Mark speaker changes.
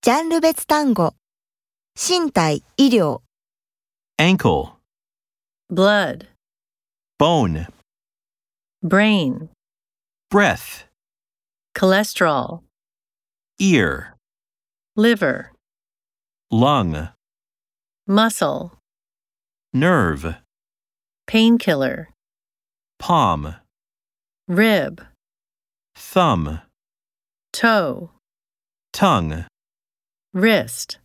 Speaker 1: ジャンル別単語。身体、医療、
Speaker 2: ankle,
Speaker 3: blood,
Speaker 2: bone,
Speaker 3: brain,
Speaker 2: breath,
Speaker 3: cholesterol,
Speaker 2: ear,
Speaker 3: liver,
Speaker 2: lung,
Speaker 3: muscle,
Speaker 2: nerve,
Speaker 3: painkiller,
Speaker 2: palm,
Speaker 3: rib,
Speaker 2: thumb,
Speaker 3: toe,
Speaker 2: tongue.
Speaker 3: wrist.